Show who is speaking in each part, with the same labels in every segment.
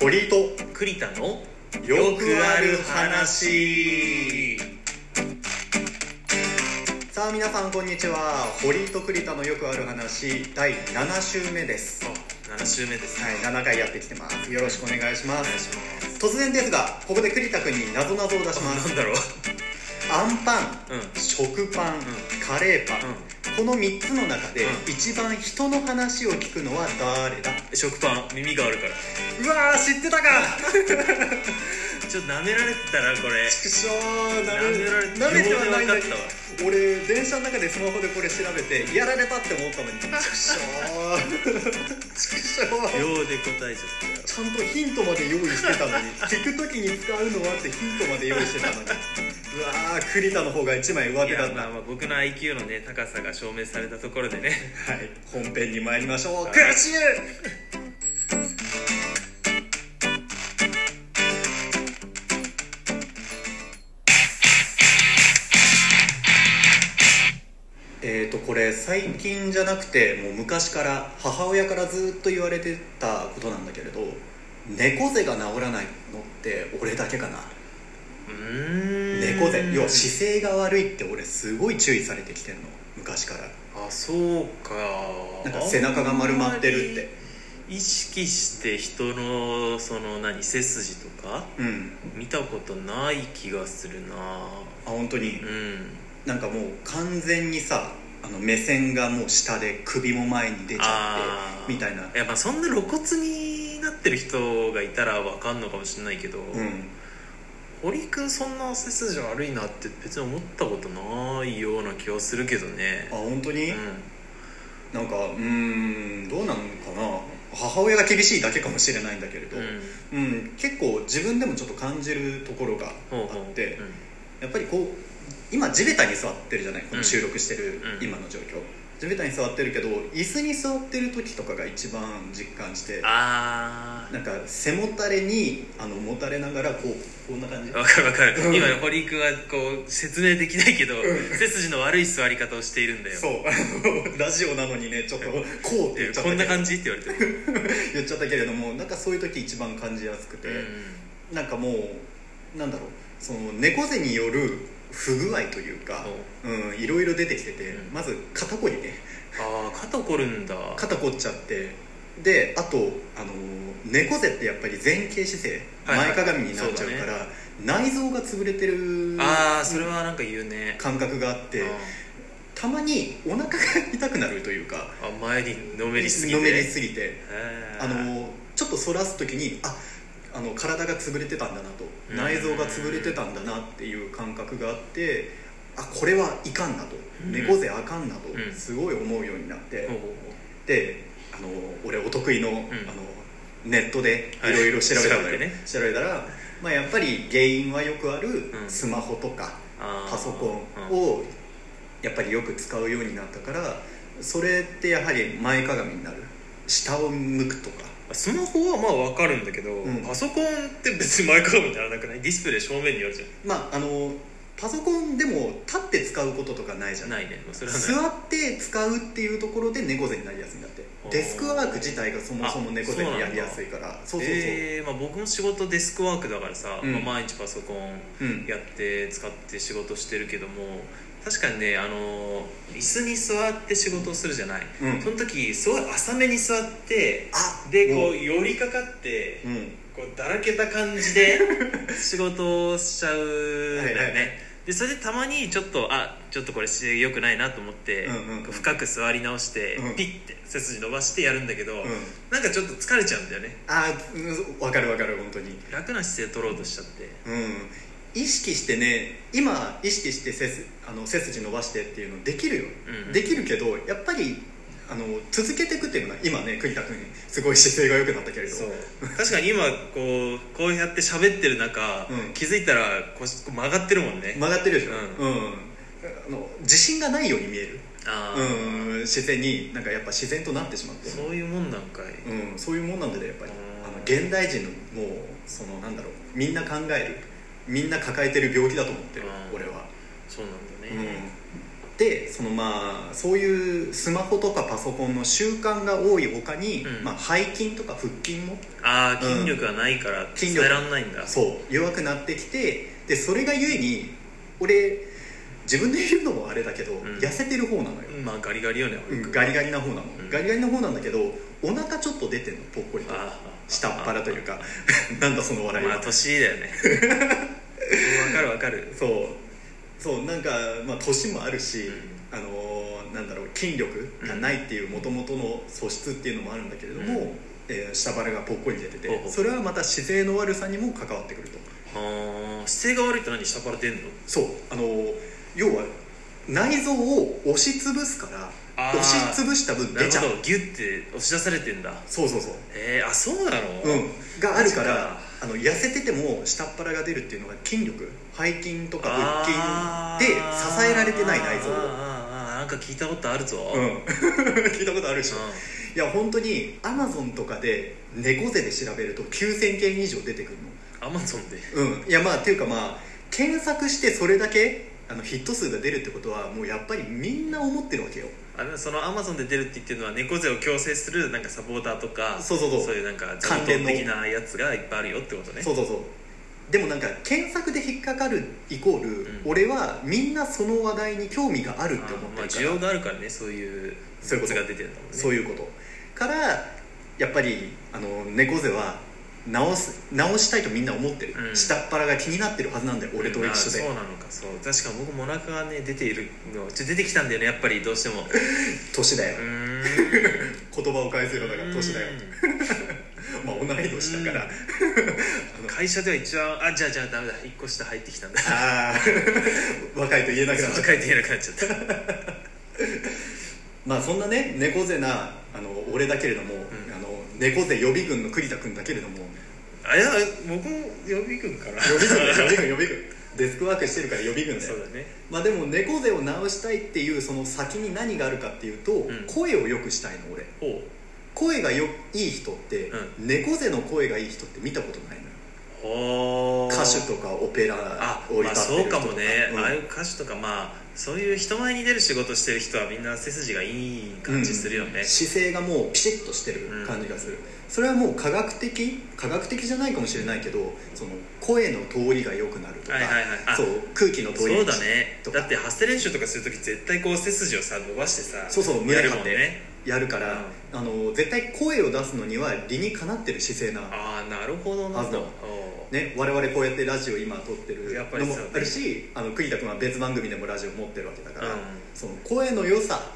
Speaker 1: 堀井と
Speaker 2: 栗田の
Speaker 1: よくある話さあ皆さんこんにちは堀井と栗田のよくある話第7週目ですは
Speaker 2: 7週目です
Speaker 1: い7回やってきてますよろしくお願いしま
Speaker 2: お願い
Speaker 1: す
Speaker 2: し
Speaker 1: 突然ですがここで栗田君になぞなぞを出しま
Speaker 2: ま
Speaker 1: す
Speaker 2: すなんだろう
Speaker 1: あんパン
Speaker 2: うんうん
Speaker 1: 食パン、カレーパン、この3つの中で
Speaker 2: う
Speaker 1: 一番人の話を聞くのは誰だ
Speaker 2: 食パン耳があるから
Speaker 1: うわー知ってたか
Speaker 2: ちょっと舐められてたなこれ
Speaker 1: くしょーな
Speaker 2: 舐められて
Speaker 1: めなめてはないんだ
Speaker 2: 秒で分かっ
Speaker 1: 俺電車の中でスマホでこれ調べてやられたって思ったのにちくしょーちくしょ
Speaker 2: たわ
Speaker 1: ー
Speaker 2: 秒で答えちゃったよ
Speaker 1: ちゃんとヒントまで用意してたのに聞く時に使うのはってヒントまで用意してたのにうわー栗田の方が1枚上
Speaker 2: い
Speaker 1: 手だ
Speaker 2: や
Speaker 1: った
Speaker 2: まあまあ僕の IQ のね高さが証明されたところでね
Speaker 1: はい、本編に参りましょう。
Speaker 2: い
Speaker 1: クラッシュ。えー、とこれ最近じゃなくてもう昔から母親からずっと言われてたことなんだけれど猫背が治らないのって俺だけかな
Speaker 2: うーん
Speaker 1: 猫背要は姿勢が悪いって俺すごい注意されてきてんの昔から
Speaker 2: あそうか
Speaker 1: なんか背中が丸まってるって
Speaker 2: 意識して人のその何背筋とか
Speaker 1: うん
Speaker 2: 見たことない気がするな
Speaker 1: あ本当に
Speaker 2: うん
Speaker 1: なんかもう完全にさあの目線がもう下で首も前に出ちゃ
Speaker 2: あ
Speaker 1: っ
Speaker 2: ー
Speaker 1: てみたいな
Speaker 2: やっぱそんな露骨になってる人がいたらわかんのかもしれないけど、
Speaker 1: うん
Speaker 2: 堀井君そんな背筋悪いなって別に思ったことないような気はするけどね
Speaker 1: あ本当
Speaker 2: う
Speaker 1: に、
Speaker 2: ん
Speaker 1: なんかうーんどうなのかな母親が厳しいだけかもしれないんだけれど、
Speaker 2: うん
Speaker 1: うん結構自分でもちょっと感じるところがあ
Speaker 2: ほうほう
Speaker 1: ってやっぱりこう今地べたに座ってるじゃないこの収録してる
Speaker 2: うん
Speaker 1: 今の状況、地べたに座ってるけど椅子に座ってる時とかが一番実感して
Speaker 2: うん、あ
Speaker 1: なんか背もたれにあのもたれながらこうこんな感じ
Speaker 2: あわかるわかる、
Speaker 1: うん
Speaker 2: 今堀井君はこう説明できないけど、
Speaker 1: ん
Speaker 2: 背筋の悪い座り方をしているんだよ
Speaker 1: そうラジオなのにねちょっとこうって言っちゃった
Speaker 2: こ
Speaker 1: け
Speaker 2: ん
Speaker 1: ど
Speaker 2: な感じって言われてる、
Speaker 1: 言っちゃったけれどもなんかそういう時一番感じやすくて、なんかもうなんだろうその猫背による不具合というかうんいろいろ出てきてて、
Speaker 2: うん
Speaker 1: まず肩こりね
Speaker 2: ああ肩こるんだ
Speaker 1: 肩こっちゃってであとあの猫背ってやっぱり前傾姿勢、
Speaker 2: はいはい
Speaker 1: 前かがみになっちゃうから内臓が潰れてる
Speaker 2: ああそれはなんか言うね
Speaker 1: 感覚があってたまにお腹が痛くなるというか
Speaker 2: あーあ前にのめりすぎて
Speaker 1: のめりすぎて
Speaker 2: へー
Speaker 1: あのちょっと反らす時にああの体が潰れてたんだなと
Speaker 2: うん
Speaker 1: 内臓が潰れてたんだなっていう感覚があってあこれはいかんなと
Speaker 2: うん
Speaker 1: 猫背あかんなと
Speaker 2: うん
Speaker 1: すごい思うようになって
Speaker 2: ほうほう
Speaker 1: であの俺お得意の,、あのネットでいろいろ調べたの
Speaker 2: はい調べ
Speaker 1: よ
Speaker 2: てね
Speaker 1: 調べたら、まあ、やっぱり原因はよくある
Speaker 2: ん
Speaker 1: スマホとか
Speaker 2: あー
Speaker 1: パソコン
Speaker 2: うん
Speaker 1: をやっぱりよく使うようになったからそれってやはり前かがみになる下を向くとか。
Speaker 2: スマホはまあわかるんだけど、
Speaker 1: ん
Speaker 2: パソコンって別に前かがみにならなくないディスプレイ正面にあるじゃん
Speaker 1: まああのパソコンでも立って使うこととかないじゃない
Speaker 2: ないねそれはな
Speaker 1: 座
Speaker 2: い
Speaker 1: って使うっていうところで猫背になりやすいんだって
Speaker 2: あー
Speaker 1: デスクワーク自体がそもそも猫背にやりやすいからそうそうそう、
Speaker 2: えーまあ、僕も仕事デスクワークだからさ、
Speaker 1: うん
Speaker 2: まあ、毎日パソコン
Speaker 1: うん
Speaker 2: やって使って仕事してるけども確かにねあの椅子に座って仕事をするじゃない、
Speaker 1: うん
Speaker 2: その時すごい浅めに座って
Speaker 1: あ
Speaker 2: でこう寄りかかって、
Speaker 1: うん、うん、
Speaker 2: こうだらけた感 じで仕事をしちゃうんだよね、
Speaker 1: はいはい
Speaker 2: でそれでたまにちょっとあちょっとこれ姿勢良くないなと思って、
Speaker 1: うんうんうん
Speaker 2: こう深く座り直して、
Speaker 1: うん
Speaker 2: ピッて背筋伸ばしてやるんだけど、なんかちょっと疲れちゃうんだよね
Speaker 1: あーうんわかるわかる本当に
Speaker 2: 楽な姿勢取ろうとしちゃって
Speaker 1: うん意識してね今意識して背すあの背筋伸ばしてっていうのできるよ、
Speaker 2: うん
Speaker 1: できるけどやっぱりあの続けていくっていうのは今ね栗田君すごい姿勢が良くなったけれど
Speaker 2: そう確かに今こうこうやって喋ってる中、
Speaker 1: うん
Speaker 2: 気づいたら腰こう曲がってるもんね、
Speaker 1: 曲がってるでしょ、
Speaker 2: う
Speaker 1: うんあの自信がないように見える、
Speaker 2: あー
Speaker 1: うん、自然になんかやっぱ自然となってしまって
Speaker 2: そういうもんなんかい、
Speaker 1: うん、そういうもんなんだねやっぱり
Speaker 2: うん
Speaker 1: あの現代人のもうそのなんだろうみんな考えるみんな抱えてる病気だと思ってる
Speaker 2: うん
Speaker 1: 俺は、
Speaker 2: そうなんだ
Speaker 1: うん
Speaker 2: ね、、
Speaker 1: ってそのまあそういうスマホとかパソコンの習慣が多い他に、
Speaker 2: うん
Speaker 1: まあ、背筋とか腹筋も
Speaker 2: ああ筋力がないから
Speaker 1: 筋
Speaker 2: 伝
Speaker 1: 力
Speaker 2: えらんないんだ
Speaker 1: そう弱くなってきてでそれがゆえに俺自分で言うのもあれだけど、
Speaker 2: ん
Speaker 1: 痩せてる方なのよ、
Speaker 2: まあガリガリよね
Speaker 1: う
Speaker 2: 俺
Speaker 1: んガリガリな方なの、
Speaker 2: うん
Speaker 1: ガリガリな方なんだけどお腹ちょっと出てんのぽっこりと
Speaker 2: あー
Speaker 1: 下っ腹というか なんだその笑いは、
Speaker 2: まあ年だよねわかるわかる
Speaker 1: そうそうなんか、まあ、年もあるし、
Speaker 2: う
Speaker 1: あのーなんだろう筋力がないっていうもともとの素質っていうのもあるんだけれども、
Speaker 2: うん
Speaker 1: えー下腹がぽっこり出てて、
Speaker 2: ほうほう
Speaker 1: それはまた姿勢の悪さにも関わってくると
Speaker 2: あー姿勢が悪いって何下から出んの
Speaker 1: そうあのー要は内臓を押しつぶすから
Speaker 2: あー
Speaker 1: 押しつぶした分
Speaker 2: な
Speaker 1: 出
Speaker 2: る
Speaker 1: ちゃ
Speaker 2: ほ
Speaker 1: う
Speaker 2: どギュって押し出されてんだ
Speaker 1: そうそうそう
Speaker 2: えー、あそうなの
Speaker 1: うん、があるか
Speaker 2: マジ
Speaker 1: ら
Speaker 2: か
Speaker 1: あの痩せてても下っ腹が出るっていうのが筋力背筋とか腹
Speaker 2: あー
Speaker 1: 筋で支えられてない内臓
Speaker 2: あーあーあーなんか聞いたことあるぞ、
Speaker 1: う
Speaker 2: うん
Speaker 1: ん 聞いたことあるでしょいや本当にアマゾンとかで猫背で調べると9000件以上出てくる
Speaker 2: アマゾンで
Speaker 1: のうんいやまあっていうかまあ検索してそれだけあのヒット数が出るってことはもうやっぱりみんな思ってるわけよ
Speaker 2: あのそのアマゾンで出るって言ってるのは猫背を強制するなんかサポーターとか
Speaker 1: そうそうそう
Speaker 2: そういうなんか
Speaker 1: 関連の
Speaker 2: 的なやつがいっぱいあるよってことね
Speaker 1: そうそうそうでもなんか検索で引っかかるイコール、
Speaker 2: うん
Speaker 1: 俺はみんなその話題に興味があるって思
Speaker 2: あー
Speaker 1: っ
Speaker 2: まあ
Speaker 1: て
Speaker 2: 需
Speaker 1: るから、
Speaker 2: 要があるからねそういう
Speaker 1: そういうこと
Speaker 2: が出てるんだもんね
Speaker 1: そういうことからやっぱりあの猫背は直す直したいとみんな思ってる、
Speaker 2: うん
Speaker 1: 下っ腹が気になってるはずなんだよ俺と一緒で、
Speaker 2: うんあーそうなのかそう確か僕もお腹がね出ているのちょ出てきたんだよねやっぱりどうしてもう
Speaker 1: 年だよ、
Speaker 2: ーん
Speaker 1: 言葉を返せばだから年だよ、
Speaker 2: うん
Speaker 1: まあ同い年だから、
Speaker 2: うん
Speaker 1: あの
Speaker 2: 会社では一番あじゃあじゃあダメだ一個下入ってきたんだ
Speaker 1: ああ 若いと言えなくなっちゃ
Speaker 2: そう
Speaker 1: った
Speaker 2: 書いていなくなっちゃった
Speaker 1: まあそんなね猫背なあの俺だけれども、あ
Speaker 2: ん
Speaker 1: の猫背予備軍の栗田君だけれども
Speaker 2: あいや僕も予備軍から
Speaker 1: 予備軍だよ 予備軍予備軍デスクワークしてるから予備軍だ
Speaker 2: そ
Speaker 1: よ
Speaker 2: うだね
Speaker 1: まあでも猫背を直したいっていうその先に何があるかっていうと、
Speaker 2: ん
Speaker 1: 声を良くしたいの俺
Speaker 2: ほう
Speaker 1: 声がよいい人って、
Speaker 2: う
Speaker 1: 猫背の声がいい人って見たことないのよ
Speaker 2: ほう
Speaker 1: 歌手とかオペラ
Speaker 2: あ、
Speaker 1: を歌
Speaker 2: まあ、
Speaker 1: って
Speaker 2: そ
Speaker 1: る
Speaker 2: う
Speaker 1: 人
Speaker 2: か
Speaker 1: とか
Speaker 2: もね、
Speaker 1: うん
Speaker 2: ああいう歌手とかまあそういう人前に出る仕事してる人はみんな背筋がいい感じするよね、
Speaker 1: 姿勢がもうピシッとしてる感じがする、それはもう科学的科学的じゃないかもしれないけどその声の通りが良くなるとか、
Speaker 2: はいはいはいあ
Speaker 1: そう空気の通り
Speaker 2: そう
Speaker 1: 道
Speaker 2: だね
Speaker 1: とか
Speaker 2: だって発声練習とかするとき絶対こう背筋をさ伸ばしてさ
Speaker 1: そうそう胸
Speaker 2: や
Speaker 1: 張
Speaker 2: る
Speaker 1: って
Speaker 2: もんね
Speaker 1: やるから、あの絶対声を出すのには理にかなってる姿勢な、
Speaker 2: ああなるほどな
Speaker 1: あそう
Speaker 2: おう
Speaker 1: ね、我々こうやってラジオ今撮ってる
Speaker 2: やっぱ
Speaker 1: の
Speaker 2: り
Speaker 1: も
Speaker 2: そうね
Speaker 1: あるしあの栗田君は別番組でもラジオ持ってるわけだから、
Speaker 2: うん
Speaker 1: その声の良さ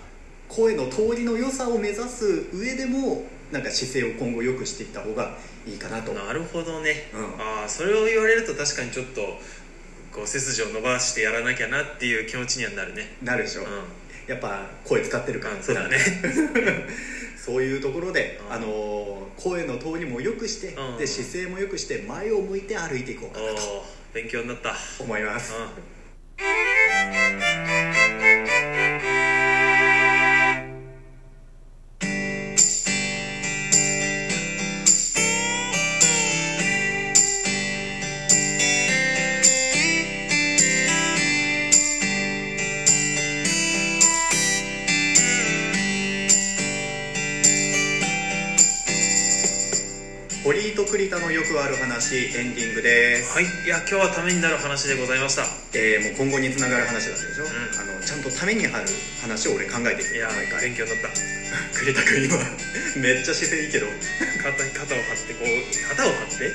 Speaker 1: 声の通りの良さを目指す上でもなんか姿勢を今後良くしていった方がいいかなと
Speaker 2: なるほどね、
Speaker 1: うん
Speaker 2: ああそれを言われると確かにちょっとこう背筋を伸ばしてやらなきゃなっていう気持ちにはなるね
Speaker 1: なるでしょ、
Speaker 2: うん、
Speaker 1: やっぱ声使ってるから、
Speaker 2: うんそうだね
Speaker 1: そういうところで、
Speaker 2: うん
Speaker 1: あのー声の通りも良くして、
Speaker 2: うん
Speaker 1: で姿勢も良くして前を向いて歩いていこう
Speaker 2: お
Speaker 1: かなと
Speaker 2: お勉強にな った
Speaker 1: 思います、堀井と栗田のよくある話エンディングです、
Speaker 2: はいいや今日はためになる話でございました
Speaker 1: えーもう今後につながる話だったでしょ、
Speaker 2: ん
Speaker 1: あのちゃんとためになる話を俺考えてくる
Speaker 2: いや
Speaker 1: 毎回
Speaker 2: 勉強になった
Speaker 1: 栗田君今めっちゃ姿勢いいけど
Speaker 2: 肩肩を張ってこう肩を張って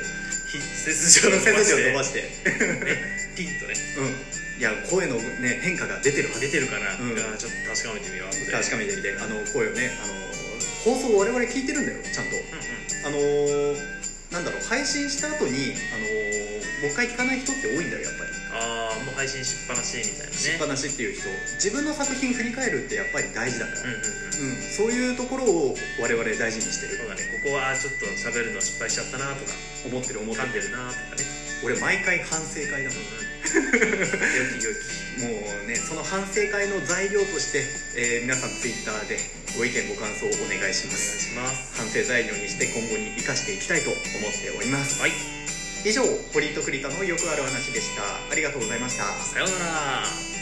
Speaker 2: ひ背筋を伸ば
Speaker 1: 背
Speaker 2: して
Speaker 1: 筋を伸ば
Speaker 2: して
Speaker 1: して
Speaker 2: ピンとね
Speaker 1: うんいや声のね変化が出てるはず
Speaker 2: 出てるから、
Speaker 1: うん
Speaker 2: いやちょっと確かめてみよう後で
Speaker 1: 確かめてみてあの声をねあの放送我々聞いてるんだよちゃんと
Speaker 2: うんう
Speaker 1: あのーなんだろう配信した後にあのーもう一回聞かない人って多いんだよやっぱり
Speaker 2: んああもう配信しっぱなしみたいなね
Speaker 1: しっぱなしっていう人自分の作品振り返るってやっぱり大事だから、
Speaker 2: うん
Speaker 1: うん
Speaker 2: うんうん
Speaker 1: そういうところを我々大事にして
Speaker 2: そう
Speaker 1: る
Speaker 2: だねここはちょっと喋るの失敗しちゃったなとか
Speaker 1: 思ってる思って
Speaker 2: 噛
Speaker 1: る
Speaker 2: んでるなとかね
Speaker 1: 俺毎回反省会だもん
Speaker 2: よきよき
Speaker 1: もうねその反省会の材料として、えー皆さんツイッターでご意見ご感想をお願いしま
Speaker 2: お願い
Speaker 1: す
Speaker 2: します
Speaker 1: 反省材料にして今後に生かしていきたいと思っております
Speaker 2: はい
Speaker 1: 以上堀井と栗田のよくある話でしたありがとうございました
Speaker 2: さようなら